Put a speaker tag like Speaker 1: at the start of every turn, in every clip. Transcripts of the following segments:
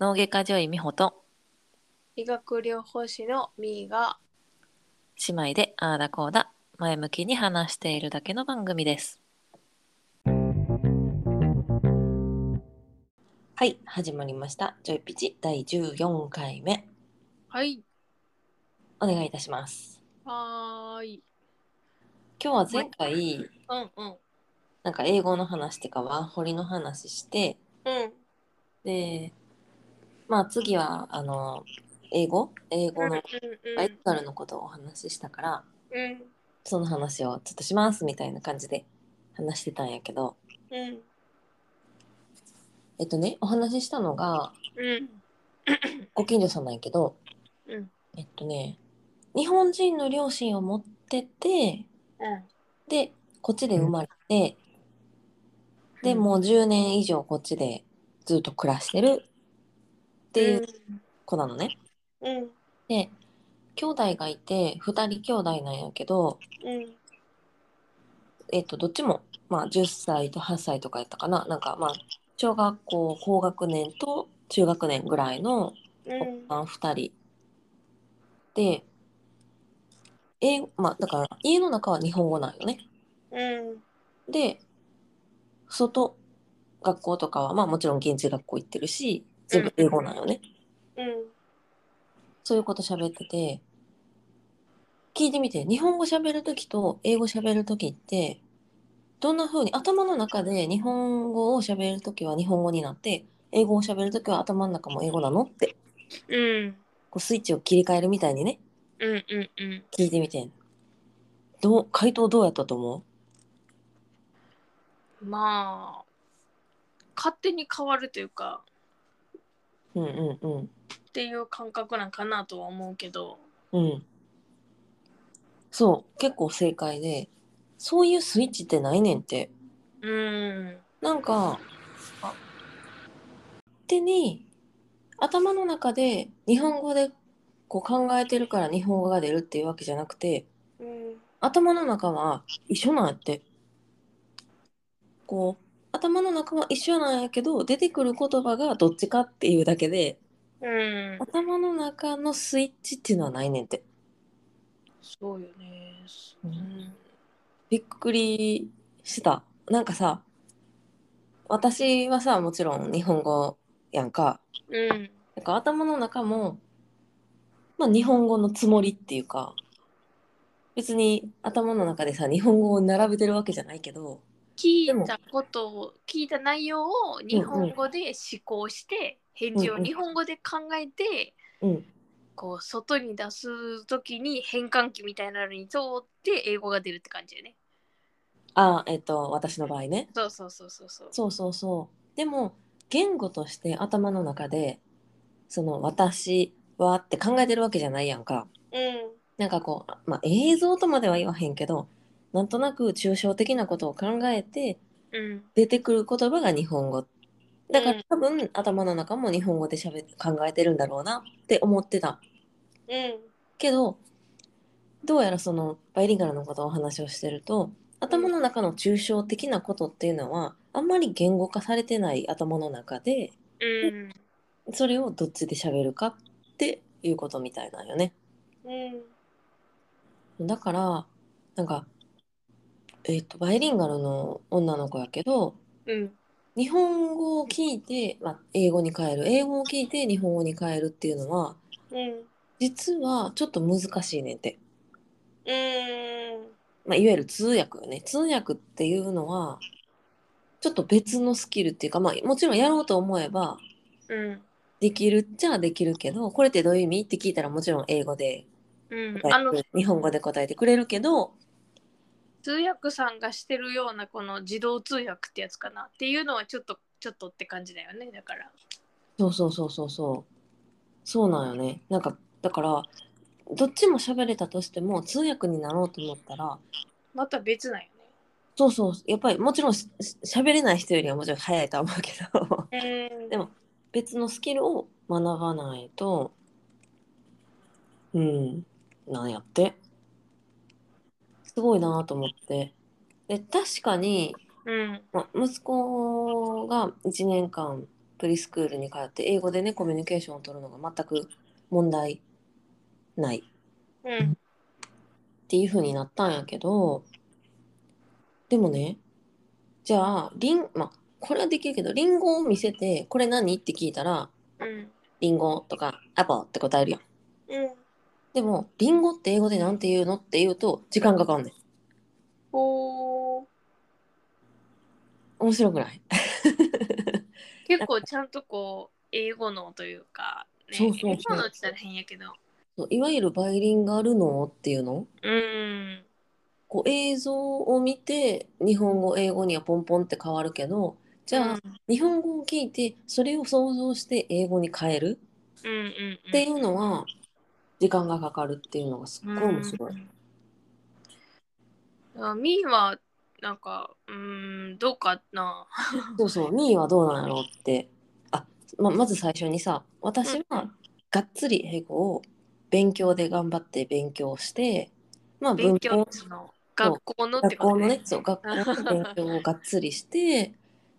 Speaker 1: 脳外科女医美穂と
Speaker 2: 医学療法士のみーが
Speaker 1: 姉妹でああだこうだ前向きに話しているだけの番組ですはい始まりましたジョイピチ第14回目
Speaker 2: はい
Speaker 1: お願いいたします
Speaker 2: はーい
Speaker 1: 今日は前回
Speaker 2: うんうん
Speaker 1: なんか英語の話とかワーホリの話して
Speaker 2: うん
Speaker 1: でまあ次はあの英語英語のバイタルのことをお話ししたから
Speaker 2: うん
Speaker 1: その話をちょっとしますみたいな感じで話してたんやけど
Speaker 2: うん
Speaker 1: えっとねお話ししたのが
Speaker 2: うん
Speaker 1: ご近所さんなんやけど
Speaker 2: うん
Speaker 1: えっとね日本人の両親を持っててでこっちで生まれて、でもう10年以上こっちでずっと暮らしてるっていう子なのね。
Speaker 2: うん
Speaker 1: で兄弟がいて2人兄弟なんやけど、
Speaker 2: うん
Speaker 1: えっと、どっちも、まあ、10歳と8歳とかやったかななんかまあ小学校高学年と中学年ぐらいの
Speaker 2: うん
Speaker 1: あ2人で英語まあだから家の中は日本語なんよね
Speaker 2: うん
Speaker 1: で外学校とかはまあもちろん現地学校行ってるし全部英語なんよね、
Speaker 2: うん
Speaker 1: そういうこと喋ってて聞いてみて日本語喋る時と英語喋る時ってどんな風に頭の中で日本語を喋る時は日本語になって英語を喋る時は頭の中も英語なのって
Speaker 2: うん
Speaker 1: こうスイッチを切り替えるみたいにね
Speaker 2: うんうんうん
Speaker 1: 聞いてみてどう回答どうやったと思う
Speaker 2: まあ勝手に変わるというか
Speaker 1: うんうんうん
Speaker 2: っていう感覚なんかなとは思うけど
Speaker 1: うんそう結構正解でそういうスイッチってないねんって
Speaker 2: うん
Speaker 1: なんかあ勝手に頭の中で日本語でこう考えてるから日本語が出るっていうわけじゃなくて
Speaker 2: うん
Speaker 1: 頭の中は一緒なんやってこう頭の中は一緒なんやけど出てくる言葉がどっちかっていうだけで
Speaker 2: うん
Speaker 1: 頭の中のスイッチっていうのはないねんって
Speaker 2: そうよね
Speaker 1: う
Speaker 2: うんん
Speaker 1: びっくりしたなんかさ私はさもちろん日本語やんか
Speaker 2: うん
Speaker 1: なんか頭の中も、まあ、日本語のつもりっていうか別に頭の中でさ日本語を並べてるわけじゃないけど
Speaker 2: 聞
Speaker 1: でも
Speaker 2: いたことを聞いた内容を日本語で思考して返事
Speaker 1: う
Speaker 2: を
Speaker 1: んうん
Speaker 2: 日本語で考えて
Speaker 1: うん
Speaker 2: こう外に出す時に変換器みたいなのに通って英語が出るって感じよね。
Speaker 1: あえっと私の場合ね
Speaker 2: そうそうそうそうそう。
Speaker 1: そうそうそうでも言語として頭の中でその「私は」って考えてるわけじゃないやんか
Speaker 2: うん
Speaker 1: なんかこう、あまあ、映像とまでは言わへんけどなんとなく抽象的なことを考えて
Speaker 2: うん
Speaker 1: 出てくる言葉が日本語だか
Speaker 2: う
Speaker 1: ら
Speaker 2: ん
Speaker 1: 多分、頭の中も日本語で喋って考えてるんだろうなって思ってた
Speaker 2: うん
Speaker 1: けどどうやらそのバイリンガルのことをお話をしてると頭の中の抽象的なことっていうのはあんまり言語化されてない頭の中で
Speaker 2: うん
Speaker 1: それをどっちで喋るかっていうことみたいなんよね。
Speaker 2: うん
Speaker 1: だからなんか、えっとバイリンガルの女の子やけど
Speaker 2: うん
Speaker 1: 日本語を聞いて、まあ、英語に変える英語を聞いて日本語に変えるっていうのは
Speaker 2: うん
Speaker 1: 実はちょっと難しいねんて、
Speaker 2: うん
Speaker 1: まあ、いわゆる通訳よね通訳っていうのはちょっと別のスキルっていうか、まあ、もちろんやろうと思えば
Speaker 2: うん
Speaker 1: できるっちゃできるけどこれってどういう意味って聞いたらもちろん英語で
Speaker 2: うん
Speaker 1: 答
Speaker 2: あ
Speaker 1: え
Speaker 2: の
Speaker 1: て日本語で答えてくれるけど
Speaker 2: 通訳さんがしてるようなこの自動通訳ってやつかなっていうのはちょっとちょっとって感じだよねだから。
Speaker 1: そうそうそうそうそうそうなんよねなんかだからどっちも喋れたとしても通訳になろうと思ったら
Speaker 2: また別なんよ
Speaker 1: そうそうやっぱりもちろんしし喋れない人よりはもちろん早いとは思うけど
Speaker 2: ね。うん
Speaker 1: でも別のスキルを学ばないとうんなんやってすごいなと思ってで確かに
Speaker 2: うん。
Speaker 1: まあ、息子が1年間プリスクールに通って英語でねコミュニケーションを取るのが全く問題ないっ
Speaker 2: うん。
Speaker 1: ていう風になったんやけどでもねじゃあリン、まあ、これはできるけどリンゴを見せて「これ何?」って聞いたら
Speaker 2: うん。
Speaker 1: 「リンゴ」とか「アポ」って答えるやん。
Speaker 2: うん。
Speaker 1: でも「リンゴ」って英語でなんて言うのって言うと時間かかんねん。
Speaker 2: おー
Speaker 1: 面白くない、
Speaker 2: 結構ちゃんとこう英語のというか、ね、
Speaker 1: そうそうそう
Speaker 2: 英語のって言ったら変やけど。
Speaker 1: そういわゆるバイリンガル脳っていうの
Speaker 2: うん。
Speaker 1: こう映像を見て日本語英語にはポンポンって変わるけどじゃあ、日本語を聞いてそれを想像して英語に変える
Speaker 2: うんうんうん、
Speaker 1: っていうのは時間がかかるっていうのがすっごい面白い。
Speaker 2: うんあミーはなんかうーんどうかな。
Speaker 1: そうそうミーはどうなんやろうってあままず最初にさ私はがっつり英語を勉強で頑張って勉強してまあ文
Speaker 2: 勉強
Speaker 1: 法
Speaker 2: のその学校のって
Speaker 1: 学
Speaker 2: こ
Speaker 1: 校
Speaker 2: と
Speaker 1: のね
Speaker 2: ね。
Speaker 1: そう学校の勉強をがっつりして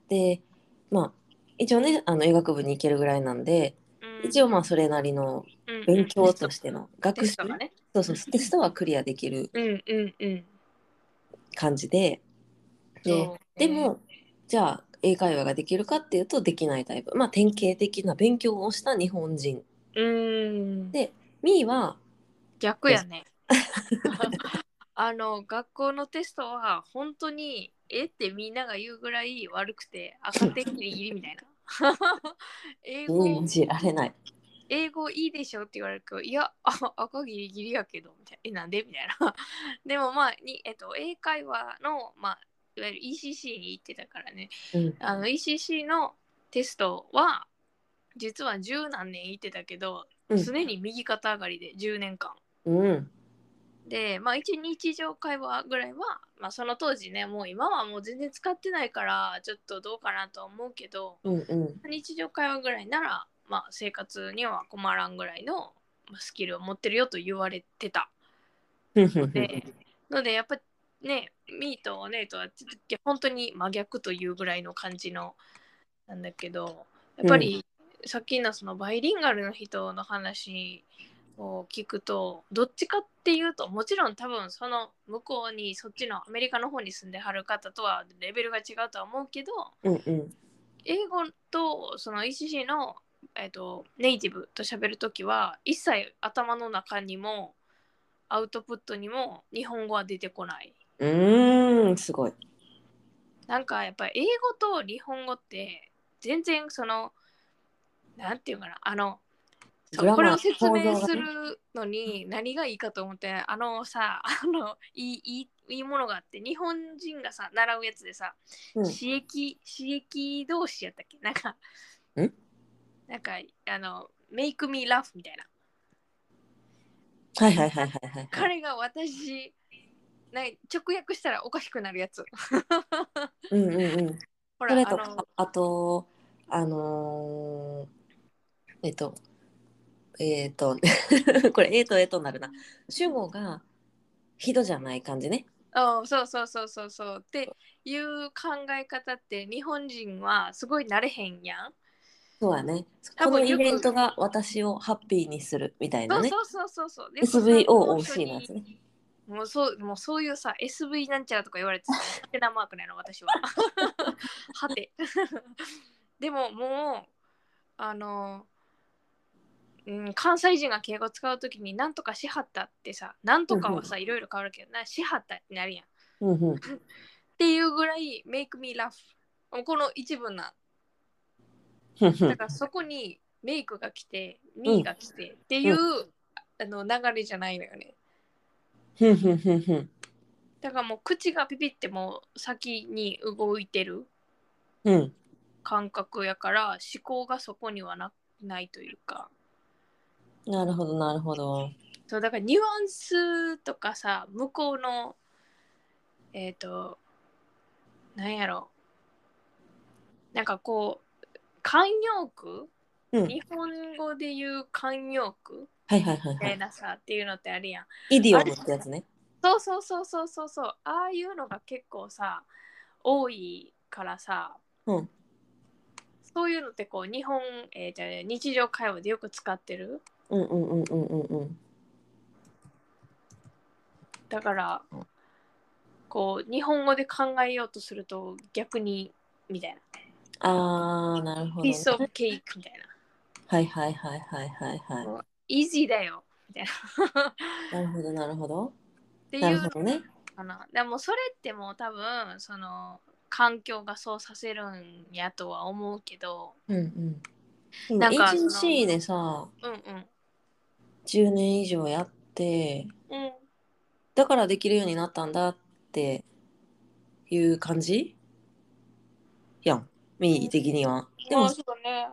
Speaker 1: でまあ一応ねあの医学部に行けるぐらいなんで
Speaker 2: うん
Speaker 1: 一応まあそれなりの勉強としての学習
Speaker 2: テストがね。
Speaker 1: そうそうテストはクリアできる
Speaker 2: うんうんうん。
Speaker 1: 感じでで
Speaker 2: そう
Speaker 1: で、もじゃあ英会話ができるかっていうとできないタイプまあ典型的な勉強をした日本人
Speaker 2: うん
Speaker 1: でミーは
Speaker 2: 逆やね。 あの学校のテストは本当にえってみんなが言うぐらい悪くて赤点ギリギリみたいな。 英語
Speaker 1: 信じられない
Speaker 2: 英語いいでしょって言われるけど、いや、あ赤ギリギリやけど、みたいな。え、なんでみたいな。 でもまあ、にえっと、英会話の、まあ、いわゆる ECC に行ってたからね、
Speaker 1: うん
Speaker 2: あの ECC のテストは、実は十何年行ってたけど、
Speaker 1: うん
Speaker 2: 常に右肩上がりで10年間。
Speaker 1: うん
Speaker 2: で、まあ一日常会話ぐらいは、まあその当時ね、もう今はもう全然使ってないから、ちょっとどうかなとは思うけど、
Speaker 1: うんうん
Speaker 2: 日常会話ぐらいなら、まあ、生活には困らんぐらいのまあスキルを持ってるよと言われてた
Speaker 1: ふんふんふん
Speaker 2: でのでやっぱねミーとお姉とはちょっと本当に真逆というぐらいの感じのなんだけどやっぱり、さっきのそのバイリンガルの人の話を聞くとどっちかっていうともちろん多分その向こうにそっちのアメリカの方に住んではる方とはレベルが違うとは思うけど、
Speaker 1: うんうん
Speaker 2: 英語とその ECC の、えっとネイティブと喋るときは一切頭の中にもアウトプットにも日本語は出てこない。
Speaker 1: うーんすごい
Speaker 2: なんかやっぱり英語と日本語って全然そのなんていうかなあの
Speaker 1: グラマー
Speaker 2: これを説明す
Speaker 1: 構造がね
Speaker 2: るのに何がいいかと思ってあのさあのいいいいいいものがあって日本人がさ習うやつでさ
Speaker 1: うん
Speaker 2: 刺激刺激同士やったっけなんか
Speaker 1: ん
Speaker 2: なんかあの「Make me laugh」みたいな
Speaker 1: はいはいはいはいはいはい
Speaker 2: 彼が私ない直訳したらおかしくなるやつ
Speaker 1: うんうんうん
Speaker 2: ほ
Speaker 1: そ
Speaker 2: ら
Speaker 1: れ
Speaker 2: あ
Speaker 1: と
Speaker 2: の
Speaker 1: かあとあのーえっとえっ、と これえっ、とえっ、とになるな主語がひどじゃない感じね
Speaker 2: うんそうそうそうそうそうっていう考え方って日本人はすごいなれへんやん、
Speaker 1: そうやねこ
Speaker 2: 多
Speaker 1: の
Speaker 2: 分よ
Speaker 1: イ
Speaker 2: く
Speaker 1: ベントが私をハッピーにするみたいなね
Speaker 2: そうそうそうそうそう
Speaker 1: SVOOC のやつね
Speaker 2: もうそうもうそういうさ SV なんちゃらとか言わ れてたハテナマークなの私は。 はて。 でももうあの、うん、関西人が敬語使う時に「なんとかしはった」ってさ「なんとか」はさいろいろ変わるけどな「しはった」ってなるやん。っ
Speaker 1: うんうん
Speaker 2: ていうぐらい「make me laugh」この一文な
Speaker 1: ふんふ
Speaker 2: だ
Speaker 1: ん
Speaker 2: からそこに「メイク」が来て「me」が来てっていう、あの流れじゃないのよね。
Speaker 1: ふんふんふんふん
Speaker 2: だからもう口がピピってもう先に動いてる
Speaker 1: うん
Speaker 2: 感覚やから思考がそこにはなないというか
Speaker 1: なるほどなるほど
Speaker 2: そうだからニュアンスとかさ向こうのえっ、となんやろなんかこう慣用句
Speaker 1: うんはい
Speaker 2: 日本語で言う慣用句
Speaker 1: はいはいは
Speaker 2: みたい
Speaker 1: い
Speaker 2: なさっていうのってあるやん
Speaker 1: イディオムってやつね
Speaker 2: そうそうそうそうそうそうああいうのが結構さ多いからさ、
Speaker 1: うん
Speaker 2: そういうのってこう日本、えーじゃあね日常会話でよく使ってる
Speaker 1: うんうんうんうんうんうん
Speaker 2: だから
Speaker 1: うん
Speaker 2: こう日本語で考えようとすると逆にみたいな
Speaker 1: あーなるほ
Speaker 2: 「
Speaker 1: ど、ね、
Speaker 2: piece of cake」みたいな
Speaker 1: はいはいはいはいはいはい
Speaker 2: 「easy だよ」みたいな
Speaker 1: な
Speaker 2: っ
Speaker 1: るほどなるほど
Speaker 2: て
Speaker 1: ないる
Speaker 2: う
Speaker 1: ほ
Speaker 2: の
Speaker 1: どね
Speaker 2: かなでもそれってもう多分その環境がそうさせるんやとは思うけど
Speaker 1: うんうん
Speaker 2: なんか
Speaker 1: HC でさ
Speaker 2: うんうん
Speaker 1: 10年以上やって
Speaker 2: うん
Speaker 1: だからできるようになったんだっていう感じやん民意的には。で
Speaker 2: ま
Speaker 1: も
Speaker 2: あそうだね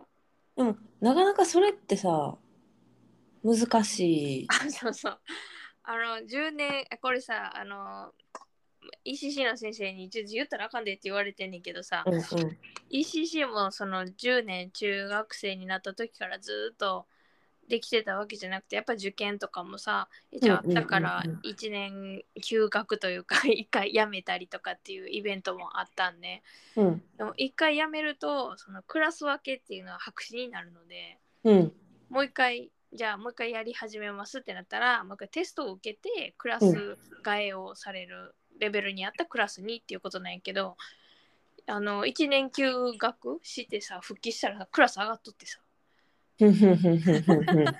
Speaker 1: でもなかなかそれってさ難しい。
Speaker 2: あそうそうあの10年これさあの ECC の先生にちょっと言ったらあかんでって言われてんねんけどさ、
Speaker 1: うんうん、
Speaker 2: ECC もその10年中学生になった時からずっとできてたわけじゃなくてやっぱ受験とかもさ一応あったから
Speaker 1: うんうんうん
Speaker 2: 1年休学というか 一回辞めたりとかっていうイベントもあったんで
Speaker 1: うん
Speaker 2: でも一回辞めるとそのクラス分けっていうのは白紙になるので
Speaker 1: うん
Speaker 2: もう一回じゃあもう一回やり始めますってなったらもう一回テストを受けてクラス替えをされるレベルにあったクラスにっていうことなんやけどあの1年休学してさ復帰したらさクラス上がっとってさ
Speaker 1: ふんふんふんふんふんふんな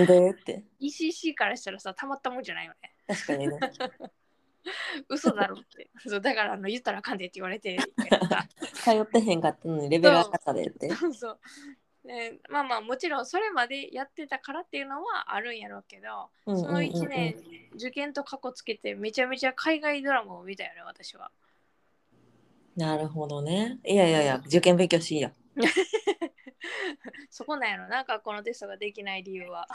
Speaker 1: んでって。
Speaker 2: ECC からしたらさたまったもんじゃないよね
Speaker 1: 確かにね。
Speaker 2: 嘘だろって そうだからあの言ったらあかんでって言われて
Speaker 1: 通ってへんかったのにレベル上がったでって。
Speaker 2: そうそう、ね、まあまあもちろんそれまでやってたからっていうのはあるんやろうけど
Speaker 1: うんうんう
Speaker 2: そ
Speaker 1: んう
Speaker 2: の
Speaker 1: ん
Speaker 2: 1年受験と過去つけてめちゃめちゃ海外ドラマを見たよね私は。
Speaker 1: なるほどね。いやいやいや、受験勉強しい や。
Speaker 2: そこなんやろなんかこのテストができない理由は。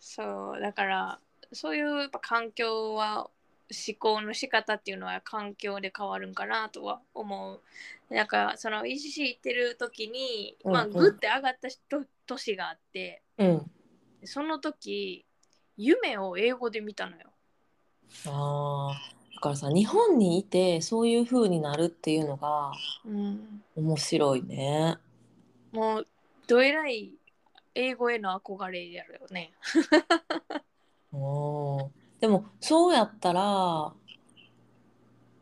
Speaker 2: そうだからそういうやっぱ環境は思考の仕方っていうのは環境で変わるんかなとは思う。なんかその ECC 行ってる時に、まあ、
Speaker 1: うんうん
Speaker 2: グッて上がったしと年があって
Speaker 1: うん。
Speaker 2: その時夢を英語で見たのよ。
Speaker 1: ああ。だからさ、日本にいてそういう風になるっていうのが
Speaker 2: うん
Speaker 1: 面白いね。
Speaker 2: もうどえらい英語への憧れやるよね。
Speaker 1: おでもそうやったら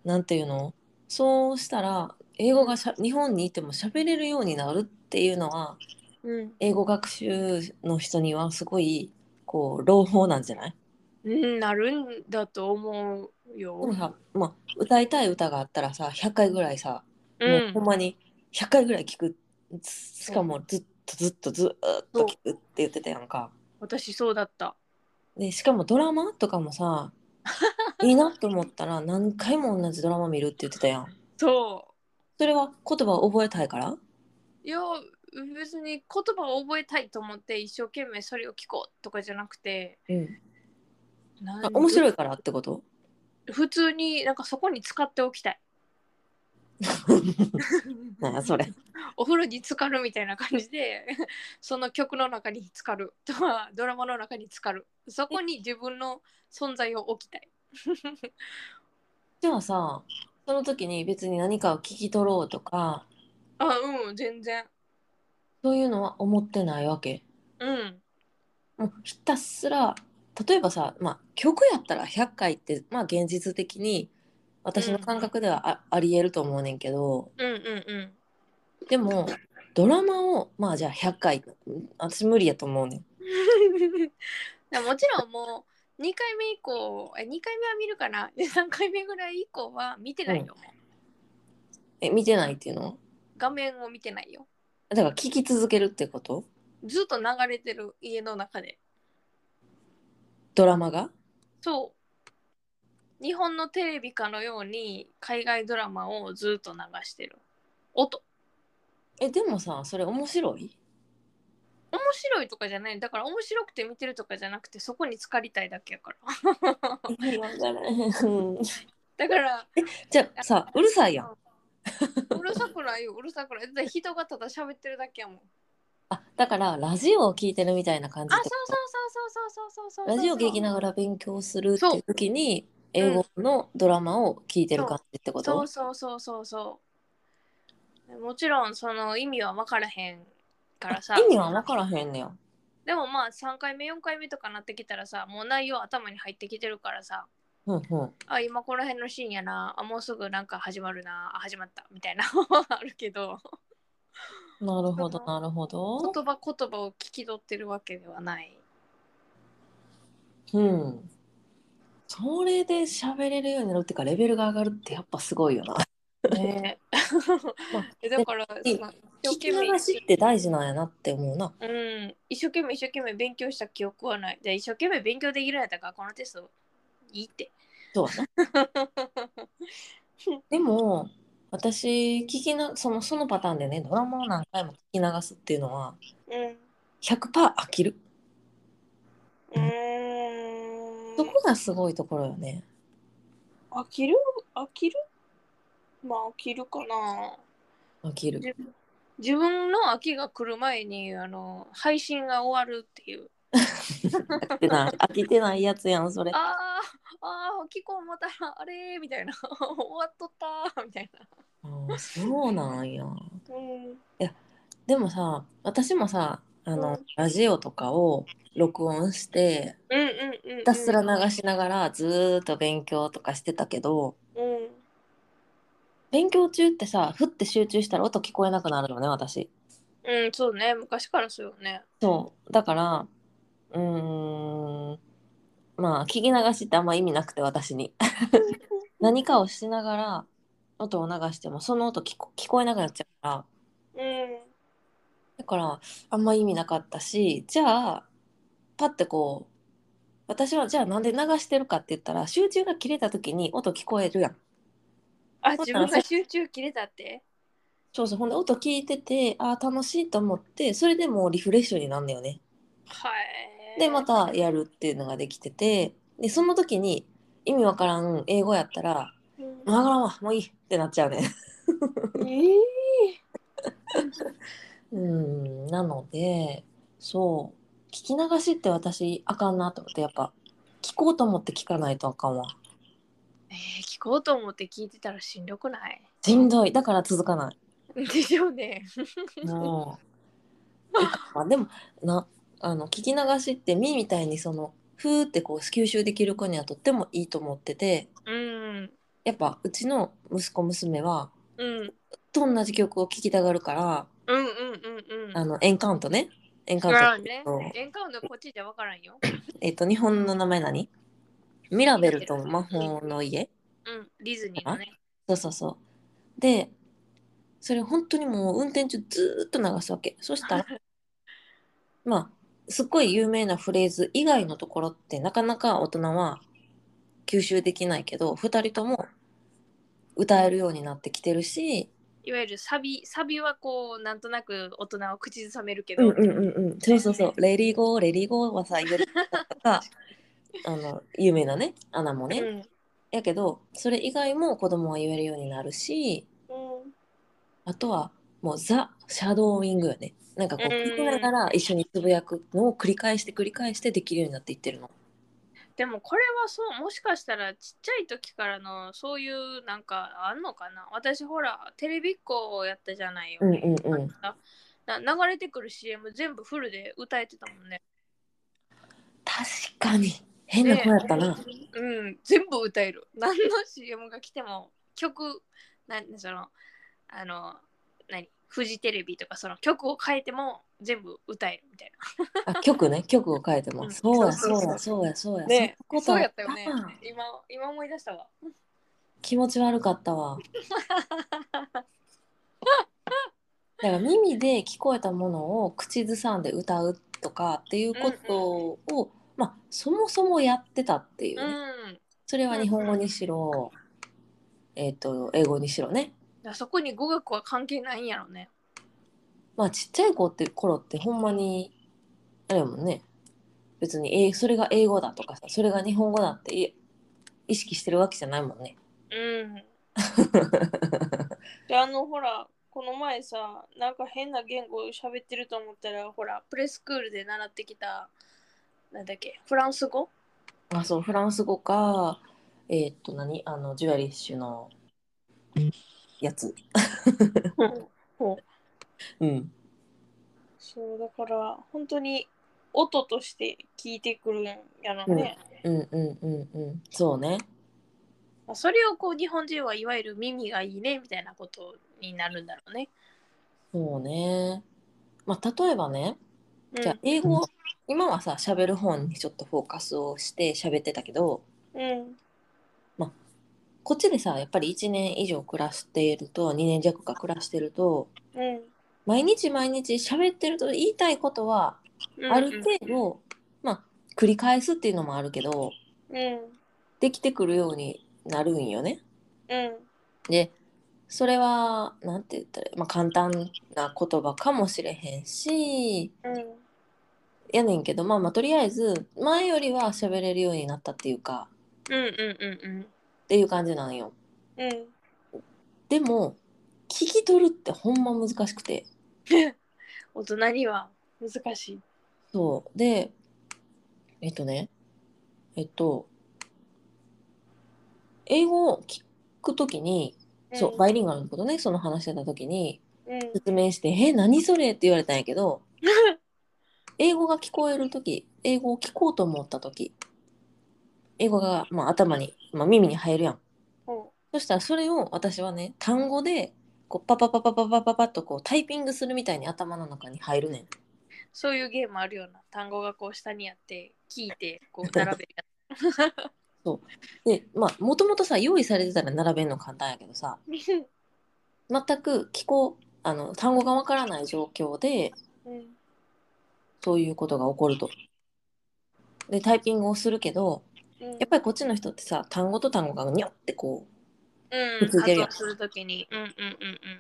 Speaker 1: なんていうのそうしたら英語がしゃ日本にいても喋れるようになるっていうのは
Speaker 2: うん、
Speaker 1: 英語学習の人にはすごいこう朗報なんじゃない
Speaker 2: うん、なるんだと思うよ。
Speaker 1: でもさ、まあ、歌いたい歌があったらさ100回ぐらいさ、
Speaker 2: う
Speaker 1: もうんほんまに100回ぐらい聞くしかもずっとずっとずーっと聞くって言ってたやんか。
Speaker 2: 私そうだった。
Speaker 1: でしかもドラマとかも さいいなと思ったら何回も同じドラマ見るって言ってたやん
Speaker 2: そ
Speaker 1: それは言葉を覚えたいから
Speaker 2: う。いや別に言葉を覚えたいと思って一生懸命それを聞こうとかじゃなくて
Speaker 1: うん
Speaker 2: な
Speaker 1: あ面白
Speaker 2: い
Speaker 1: いからってこと
Speaker 2: 普通になんかそこに使っておきたい
Speaker 1: なんやそれ
Speaker 2: お風呂に浸かるみたいな感じでその曲の中に浸かるとはドラマの中に浸かるそこに自分の存在を置きたい
Speaker 1: じゃあさその時に別に何かを聞き取ろうとか
Speaker 2: あうん全然
Speaker 1: そういうのは思ってないわけ
Speaker 2: うん
Speaker 1: もうひたすら例えばさ、まあ、曲やったら100回って、まあ、現実的に私の感覚ではあ,、ありえると思うねんけど
Speaker 2: うんうん
Speaker 1: でもドラマをまあじゃあ100回私無理やと思うねん
Speaker 2: うん でももちろんもう2回目以降え2回目は見るかな で3回目ぐらい以降は見てないよ、
Speaker 1: え見てないっていうの
Speaker 2: 画面を見てないよ
Speaker 1: だから聞き続けるってこと
Speaker 2: ずっと流れてる家の中で
Speaker 1: ドラマが
Speaker 2: そう日本のテレビかのように海外ドラマをずっと流してる音
Speaker 1: えでもさそれ面白い
Speaker 2: 面白いとかじゃないだから面白くて見てるとかじゃなくてそこに浸かりたいだけやから だから
Speaker 1: じゃあさうるさいやん
Speaker 2: うるさくないようるさくないだって人がただ喋ってるだけやもん
Speaker 1: あだからラジオを聞いてるみたいな感
Speaker 2: あ
Speaker 1: じ
Speaker 2: そう
Speaker 1: と
Speaker 2: そうそうそうそうそうそうそうそう
Speaker 1: ラジオ聞きながら勉強するっていう時に英語のドラマを聞いてる感じってこと、
Speaker 2: そうそうそうそうそうもちろんその意味は分からへんからさ
Speaker 1: 意味は分からへんねや。
Speaker 2: でもまあ3回目4回目とかなってきたらさもう内容頭に入ってきてるからさ
Speaker 1: うんうん。
Speaker 2: あ今この辺のシーンやなあもうすぐなんか始まるなあ始まったみたいな あるけど
Speaker 1: なるほどなるほど。
Speaker 2: 言葉言葉を聞き取ってるわけではない
Speaker 1: うん。それで喋れるようになるっていうかレベルが上がるってやっぱすごいよな。
Speaker 2: ね だからその
Speaker 1: 聞き流しって大事なんやなって思うな。
Speaker 2: うん、一生懸命一生懸命勉強した記憶はない。じゃあ一生懸命勉強できるやったからこのテストいいって。
Speaker 1: そうやな。でも私聞きなそのそのパターンでねドラマを何回も聞き流すっていうのは
Speaker 2: うん。
Speaker 1: 100%飽きる。
Speaker 2: うん
Speaker 1: そこがすごいところよね。
Speaker 2: 飽きる飽きるまあ飽きるかな。
Speaker 1: 飽きる。
Speaker 2: 自分の飽きが来る前にあの配信が終わるっていう。
Speaker 1: 飽きてない飽きてないやつやんそれ。
Speaker 2: あーあー、聞こうまたあれーみたいな。 終わっとったーみたいな。
Speaker 1: あそうなんや。
Speaker 2: うん。
Speaker 1: でもさ私もさあの、
Speaker 2: うん
Speaker 1: ラジオとかを録音して
Speaker 2: うんうんうん、うん。
Speaker 1: ひたすら流しながらずーっと勉強とかしてたけど
Speaker 2: うん。
Speaker 1: 勉強中ってさふって集中したら音聞こえなくなるよね私。
Speaker 2: うん、そうね。昔からそうよね。
Speaker 1: そうだからうーんまあ聞き流しってあんま意味なくて私 に何かをしながら音を流してもその音聞こ聞こえなくなっちゃうから
Speaker 2: うん。
Speaker 1: だからあんま意味なかったしじゃあパッてこう私はじゃあなんで流してるかって言ったら集中が切れた時に音聞こえるやん。
Speaker 2: あ、
Speaker 1: そう
Speaker 2: 自
Speaker 1: だな
Speaker 2: 分が集中切れたって
Speaker 1: そうそうほんで音聞いててあー楽しいと思ってそれでもうリフレッシュになんだよね。
Speaker 2: はい。
Speaker 1: でまたやるっていうのができててでその時に意味わからん英語やったら「
Speaker 2: うん。
Speaker 1: わからんわもういい」ってなっちゃうね。
Speaker 2: ええ
Speaker 1: うんなのでそう聞き流しって私あかんなと思ってやっぱ聞こうと思って聞かないとあかんわ。
Speaker 2: えー聞こうと思って聞いてたらしんどくない
Speaker 1: しんどいだから続かない。
Speaker 2: でしょうね。
Speaker 1: もういいかまあでもなあの聞き流しってみみたいにそのふーってこう吸収できる子にはとってもいいと思ってて
Speaker 2: うん。
Speaker 1: やっぱうちの息子娘は
Speaker 2: うん。
Speaker 1: と同じ曲を聴きたがるから、
Speaker 2: うんうんうんうん。
Speaker 1: あのエンカウントねエンカウン
Speaker 2: まあ
Speaker 1: ト、
Speaker 2: ね、エンカウントこっちじゃわからんよ。
Speaker 1: えっと日本の名前何ミラベルと魔法の家
Speaker 2: うん、ディズニーのね。
Speaker 1: そうそうそうでそれ本当にもう運転中ずーっと流すわけそ したらまあすっごい有名なフレーズ以外のところってなかなか大人は吸収できないけど2人とも歌えるようになってきてるし、
Speaker 2: いわゆるサビ、サビはこう、なんとなく大人は口ずさめるけ
Speaker 1: うん
Speaker 2: ど、
Speaker 1: うんうんうん、そうそうそう「レディーゴーレディーゴー」はさ言える とかあの有名なねアナもね、
Speaker 2: うん
Speaker 1: やけどそれ以外も子供は言えるようになるし
Speaker 2: うん
Speaker 1: あとはもうザ・シャドーイングよねなんかこう
Speaker 2: うん
Speaker 1: 聞きながら一緒につぶやくのを繰り返して繰り返してできるようになっていってるの。
Speaker 2: でもこれはそうもしかしたらちっちゃい時からのそういうなんかあんのかな私ほらテレビっ子をやったじゃないよ、
Speaker 1: うんうんうん
Speaker 2: な流れてくる CM 全部フルで歌えてたもんね。
Speaker 1: 確かに変な子やったな。
Speaker 2: うん、全部歌える。 何の CM が来ても曲、なんその、あの、何、フジテレビとかその曲を変えても全部歌えるみたい
Speaker 1: あ曲ね曲を変えても
Speaker 2: うん
Speaker 1: そうや
Speaker 2: そ
Speaker 1: そう
Speaker 2: うそ
Speaker 1: や
Speaker 2: う
Speaker 1: そうやそうや
Speaker 2: な。ね
Speaker 1: そんなこと
Speaker 2: そう
Speaker 1: あ
Speaker 2: や
Speaker 1: っ
Speaker 2: ったよね
Speaker 1: な。
Speaker 2: 今、今思い出したわ。
Speaker 1: 気持ち悪かったわ。だから耳で聞こえたものを口ずさんで歌うとかっていうことを、まあ、そもそもやってたっていう
Speaker 2: う
Speaker 1: ね、
Speaker 2: ん。
Speaker 1: それは日本語にしろ、えっと英語にしろね、
Speaker 2: あそこに語学は関係ないんやろね。
Speaker 1: まあ、ちっちゃい子って頃ってほんまにあれやもんね別にえそれが英語だとかさそれが日本語だってい意識してるわけじゃないもんね。
Speaker 2: うん。であのほらこの前さなんか変な言語喋ってると思ったらほらプレスクールで習ってきたなんだっけフランス語
Speaker 1: まあそうフランス語かえーっと何あのジュエリッシュのやつうん
Speaker 2: そうだから本当に音として聞いてくるんやろね、
Speaker 1: うんうんうんうんそうね
Speaker 2: まあそれをこう日本人はいわゆる耳がいいねみたいなことになるんだろうね。
Speaker 1: そうねまあ例えばね
Speaker 2: うん、
Speaker 1: じゃあ英語、今はさ喋る方にちょっとフォーカスをして喋ってたけど
Speaker 2: うん
Speaker 1: こっちでさやっぱり1年以上暮らしていると2年弱か暮らしてると
Speaker 2: うん
Speaker 1: 毎日毎日喋ってると言いたいことは
Speaker 2: うん、
Speaker 1: ある程度、まあ繰り返すっていうのもあるけど
Speaker 2: うん
Speaker 1: できてくるようになるんよね。
Speaker 2: うん
Speaker 1: でそれはなんて言ったら、まあ、簡単な言葉かもしれへんし
Speaker 2: うん
Speaker 1: やねんけど、まあ、まあとりあえず前よりは喋れるようになったっていうか
Speaker 2: うんうん
Speaker 1: っていう感じなんよ。
Speaker 2: うんうん
Speaker 1: でも聞き取るってほんま難しくて
Speaker 2: 大人には難しい。
Speaker 1: そうでえっとねえっと英語を聞くときにそうバイリンガルのことねその話してた時に
Speaker 2: うんうん
Speaker 1: 説明して「え何それ?」って言われたんやけど英語が聞こえる時英語を聞こうと思った時英語が、まあ、頭に、まあ、耳に入るやん
Speaker 2: ほ
Speaker 1: そしたらそれを私はね単語でこうパパパパパパパパッとこうタイピングするみたいに頭の中に入るねん。
Speaker 2: うそういうゲームあるような単語がこう下にあって聞いてこう並べるや
Speaker 1: でまあもともとさ用意されてたら並べるの簡単やけどさ
Speaker 2: つ。
Speaker 1: 全く聞こうあの単語がわからない状況で
Speaker 2: うん
Speaker 1: そういうことが起こると。でタイピングをするけど
Speaker 2: うん
Speaker 1: やっぱりこっちの人ってさ単語と単語がにょってこう
Speaker 2: うん、
Speaker 1: 続ける
Speaker 2: 発
Speaker 1: やん
Speaker 2: 音するときに。うんうんうん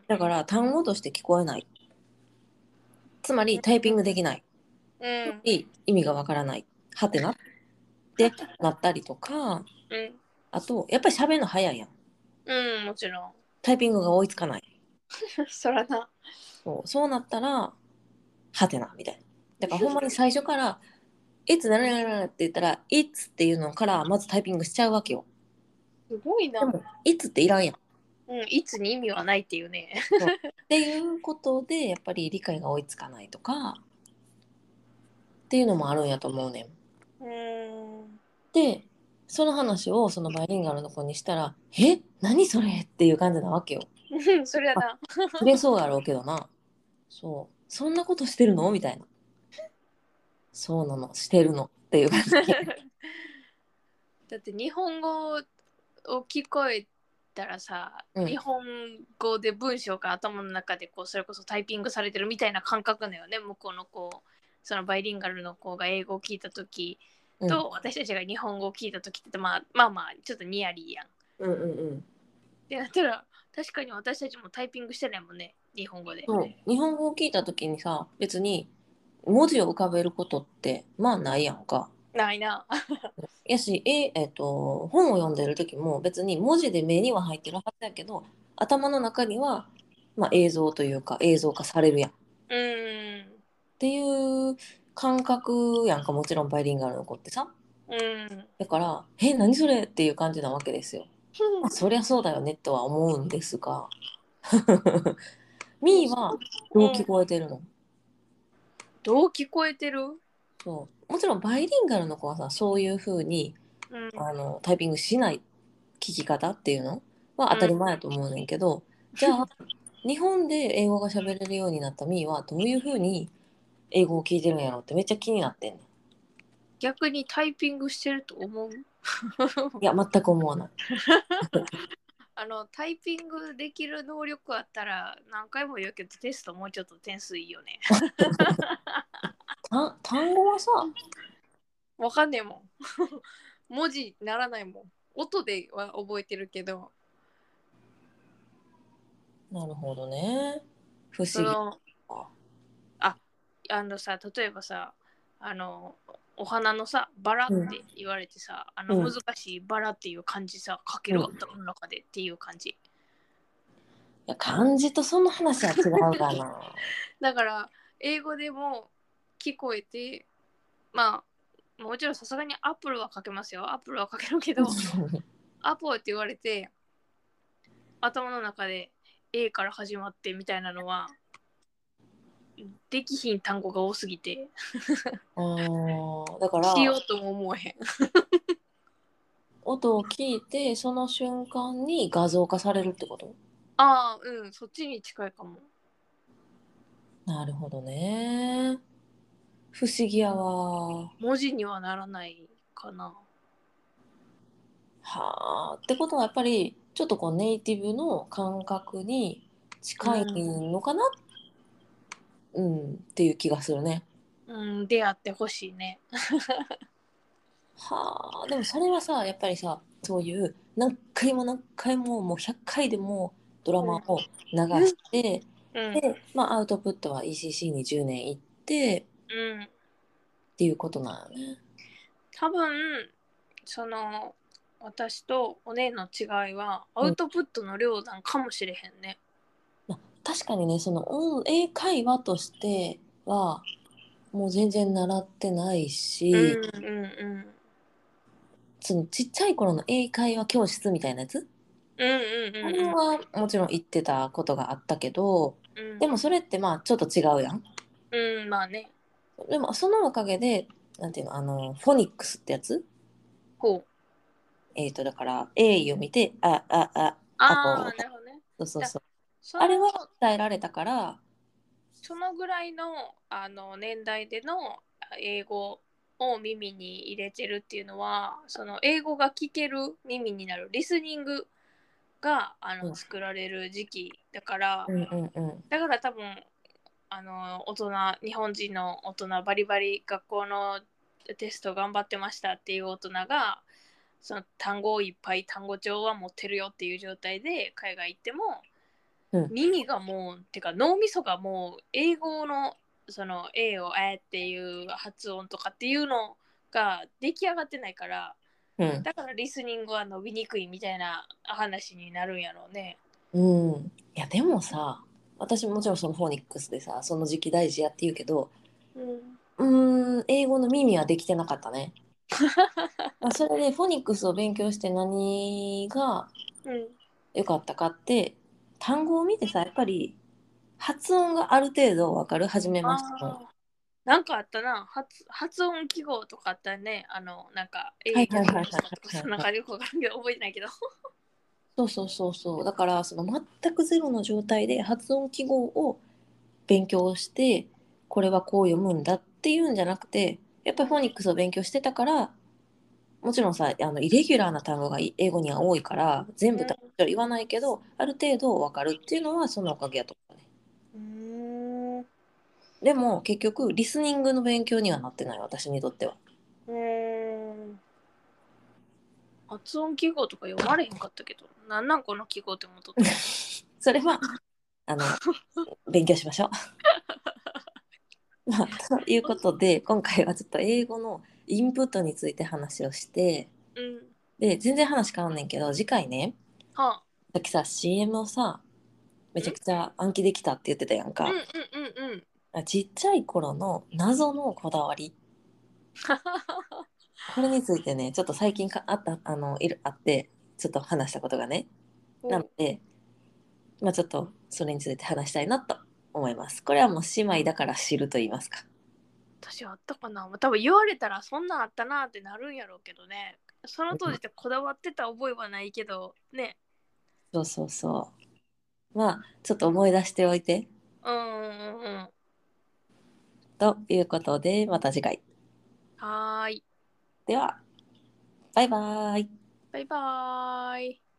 Speaker 1: だから単語として聞こえないつまりタイピングできない
Speaker 2: うん。うん
Speaker 1: 意味がわからないはてなってなったりとか
Speaker 2: うん
Speaker 1: あとやっぱり喋るの早いやん
Speaker 2: うん、もちろん。
Speaker 1: タイピングが追いつかない
Speaker 2: そらな。
Speaker 1: そうそうなったらはてなみたいなだからほんまに最初から「いつならならって言ったら「いつ」っていうのからまずタイピングしちゃうわけよ
Speaker 2: すごいな
Speaker 1: で。も「いつ」っていらんやんっ
Speaker 2: うん、いつに意味はないっていうね。
Speaker 1: ていうことでやっぱり理解が追いつかないとかっていうのもあるんやと思うねん
Speaker 2: うん。
Speaker 1: でその話をそのバイリンガルの子にしたら「え何それ?」っていう感じなわけよ
Speaker 2: うん そりゃな。
Speaker 1: 触れそうやろうけどなそうそんなことしてるのみたいなそうなのしてるのっていう感じ
Speaker 2: だって日本語を聞こえたらさ、
Speaker 1: うん
Speaker 2: 日本語で文章が頭の中でこうそれこそタイピングされてるみたいな感覚だよね向こうの子そのバイリンガルの子が英語を聞いた時と、私たちが日本語を聞いた時ってまあまあまあちょっとニヤリーやん。っ
Speaker 1: うんうんうん
Speaker 2: てなったら確かに私たちもタイピングしてないもんね日本語で。
Speaker 1: そう日本語を聞いた時にさ別に文字を浮かべることってまあないやんか
Speaker 2: ないな。
Speaker 1: やしええっと本を読んでる時も別に文字で目には入ってるはずやけど頭の中には、まあ、映像というか映像化されるやん
Speaker 2: う
Speaker 1: っ
Speaker 2: ん。
Speaker 1: ていう感覚やんかもちろんバイリンガルの子ってさ
Speaker 2: うん。
Speaker 1: だから「え何それ?」っていう感じなわけですよ。まあ、そりゃそうだよねとは思うんですが ミーはどう聞こえてるの、
Speaker 2: どう聞こえてる
Speaker 1: そうもちろんバイリンガルの子はさそういうふうに
Speaker 2: うん。
Speaker 1: あのタイピングしない聞き方っていうのは当たり前やと思うねんけど、じゃあ日本で英語が喋れるようになったミーはどういうふうに英語を聞いてるんやろうってめっちゃ気になってんねん。
Speaker 2: 逆にタイピングしてると思う
Speaker 1: いや全く思わない。
Speaker 2: あのタイピングできる能力あったら何回も言うけどテストもうちょっと点数いいよね。
Speaker 1: た単語はさ
Speaker 2: わかんねえもん。 文字ならないもん。音では覚えてるけど、
Speaker 1: なるほどね。不
Speaker 2: そ
Speaker 1: 思議。
Speaker 2: のああのさ例えばさあのお花のさバラって言われてさ、あ
Speaker 1: う
Speaker 2: の
Speaker 1: ん
Speaker 2: 難しいバラっていう漢字さ書ける頭の中でっていう感じ。
Speaker 1: いや漢字とその話は違うかな。
Speaker 2: だから英語でも聞こえて まあもちろんさすがにアップルは書けますよアップルは書けるけどアポって言われて頭の中で A から始まってみたいなのはできひん単語が多すぎて
Speaker 1: ああ、だから
Speaker 2: しようとも思えへん。
Speaker 1: 音を聞いてその瞬間に画像化されるってこと
Speaker 2: ああうんそっちに近いかも。
Speaker 1: なるほどね。不思議やわ。
Speaker 2: 文字にはならないかな。
Speaker 1: はあ。ってことはやっぱりちょっとこうネイティブの感覚に近いのかな、うん、っていう気がするね。
Speaker 2: うん出会ってほしいね。
Speaker 1: はあ。でもそれはさやっぱりさそういう何回も何回ももう100回でもドラマを流して、
Speaker 2: うん
Speaker 1: で、まあ、アウトプットは ECC に10年行って
Speaker 2: うん
Speaker 1: っていうことなんよね。
Speaker 2: 多分その私とお姉の違いはアウトプットの量なんかもしれへんね。
Speaker 1: 確かにねその音英会話としてはもう全然習ってないし、
Speaker 2: うんうんうん。
Speaker 1: そのちっちゃい頃の英会話教室みたいなやつ、
Speaker 2: うんうんうん
Speaker 1: あれはもちろん行ってたことがあったけど
Speaker 2: うん。
Speaker 1: でもそれってまあちょっと違うやん。
Speaker 2: うんまあね。
Speaker 1: でもそのおかげでなんていうのあのフォニックスってやつ
Speaker 2: こう。
Speaker 1: えっ、とだから英読みてあああ
Speaker 2: あ
Speaker 1: あ
Speaker 2: あ
Speaker 1: と
Speaker 2: なるほどね。
Speaker 1: そうそうそう
Speaker 2: その
Speaker 1: あれは伝えられたから
Speaker 2: そのぐらいのあの年代での英語を耳に入れてるっていうのはその英語が聞ける耳になるリスニングがあ
Speaker 1: うん
Speaker 2: の作られる時期だから、
Speaker 1: うんうんうん
Speaker 2: だから多分あの大人日本人の大人バリバリ学校のテスト頑張ってましたっていう大人がその単語をいっぱい単語帳は持ってるよっていう状態で海外行っても、
Speaker 1: うん
Speaker 2: 耳がもうてか脳みそがもう英語のその A を「え」っていう発音とかっていうのが出来上がってないから
Speaker 1: うん
Speaker 2: だからリスニングは伸びにくいみたいな話になるんやろうね。
Speaker 1: うん、いやでもさ私もちろんそのフォニックスでさその時期大事やって言うけど
Speaker 2: うん、
Speaker 1: うーん英語の耳はできてなかったねまあそれでフォニックスを勉強して何が
Speaker 2: うん、
Speaker 1: 良かったかって単語を見てさやっぱり発音がある程度わかる初めまして
Speaker 2: あ
Speaker 1: の
Speaker 2: ーなんかあったな発発音記号とかあったねあのなんか英
Speaker 1: はい
Speaker 2: 語
Speaker 1: はい
Speaker 2: の
Speaker 1: はいはい
Speaker 2: とかそんな感じよくわからんけど覚えてないけど
Speaker 1: そうそうそうそうだからその全くゼロの状態で発音記号を勉強してこれはこう読むんだっていうんじゃなくてやっぱりフォニックスを勉強してたからもちろんさあのイレギュラーな単語がい英語には多いから全部単語とは言わないけど、ある程度分かるっていうのはそのおかげやと思うね
Speaker 2: うんう
Speaker 1: でも結局リスニングの勉強にはなってない私にとっては
Speaker 2: ん発音記号とか読まれへんかったけどなんなんこの記号って思 っとった
Speaker 1: それはあ の勉強しましょう。まあ、ということで今回はちょっと英語のインプットについて話をして
Speaker 2: うん
Speaker 1: で全然話変わんねんけど次回ね
Speaker 2: は
Speaker 1: さっきさ CM をさめちゃくちゃ暗記できたって言ってたやん
Speaker 2: あ
Speaker 1: か
Speaker 2: うん、うんうんうん
Speaker 1: ちっちゃい頃の謎のこだわりこれについてねちょっと最近かあったあのいるあってちょっと話したことがね なので、まあ、ちょっとそれについて話したいなと思います。これはもう姉妹だから知ると言いますか。
Speaker 2: 私あったかな多分言われたらそんなんあったなってなるんやろうけどねその当時ってこだわってた覚えはないけどね
Speaker 1: そうそうそう。まあちょっと思い出しておいて
Speaker 2: うんうんうん
Speaker 1: ということでまた次回。
Speaker 2: はーい
Speaker 1: ではバイバイ。
Speaker 2: バイバーイ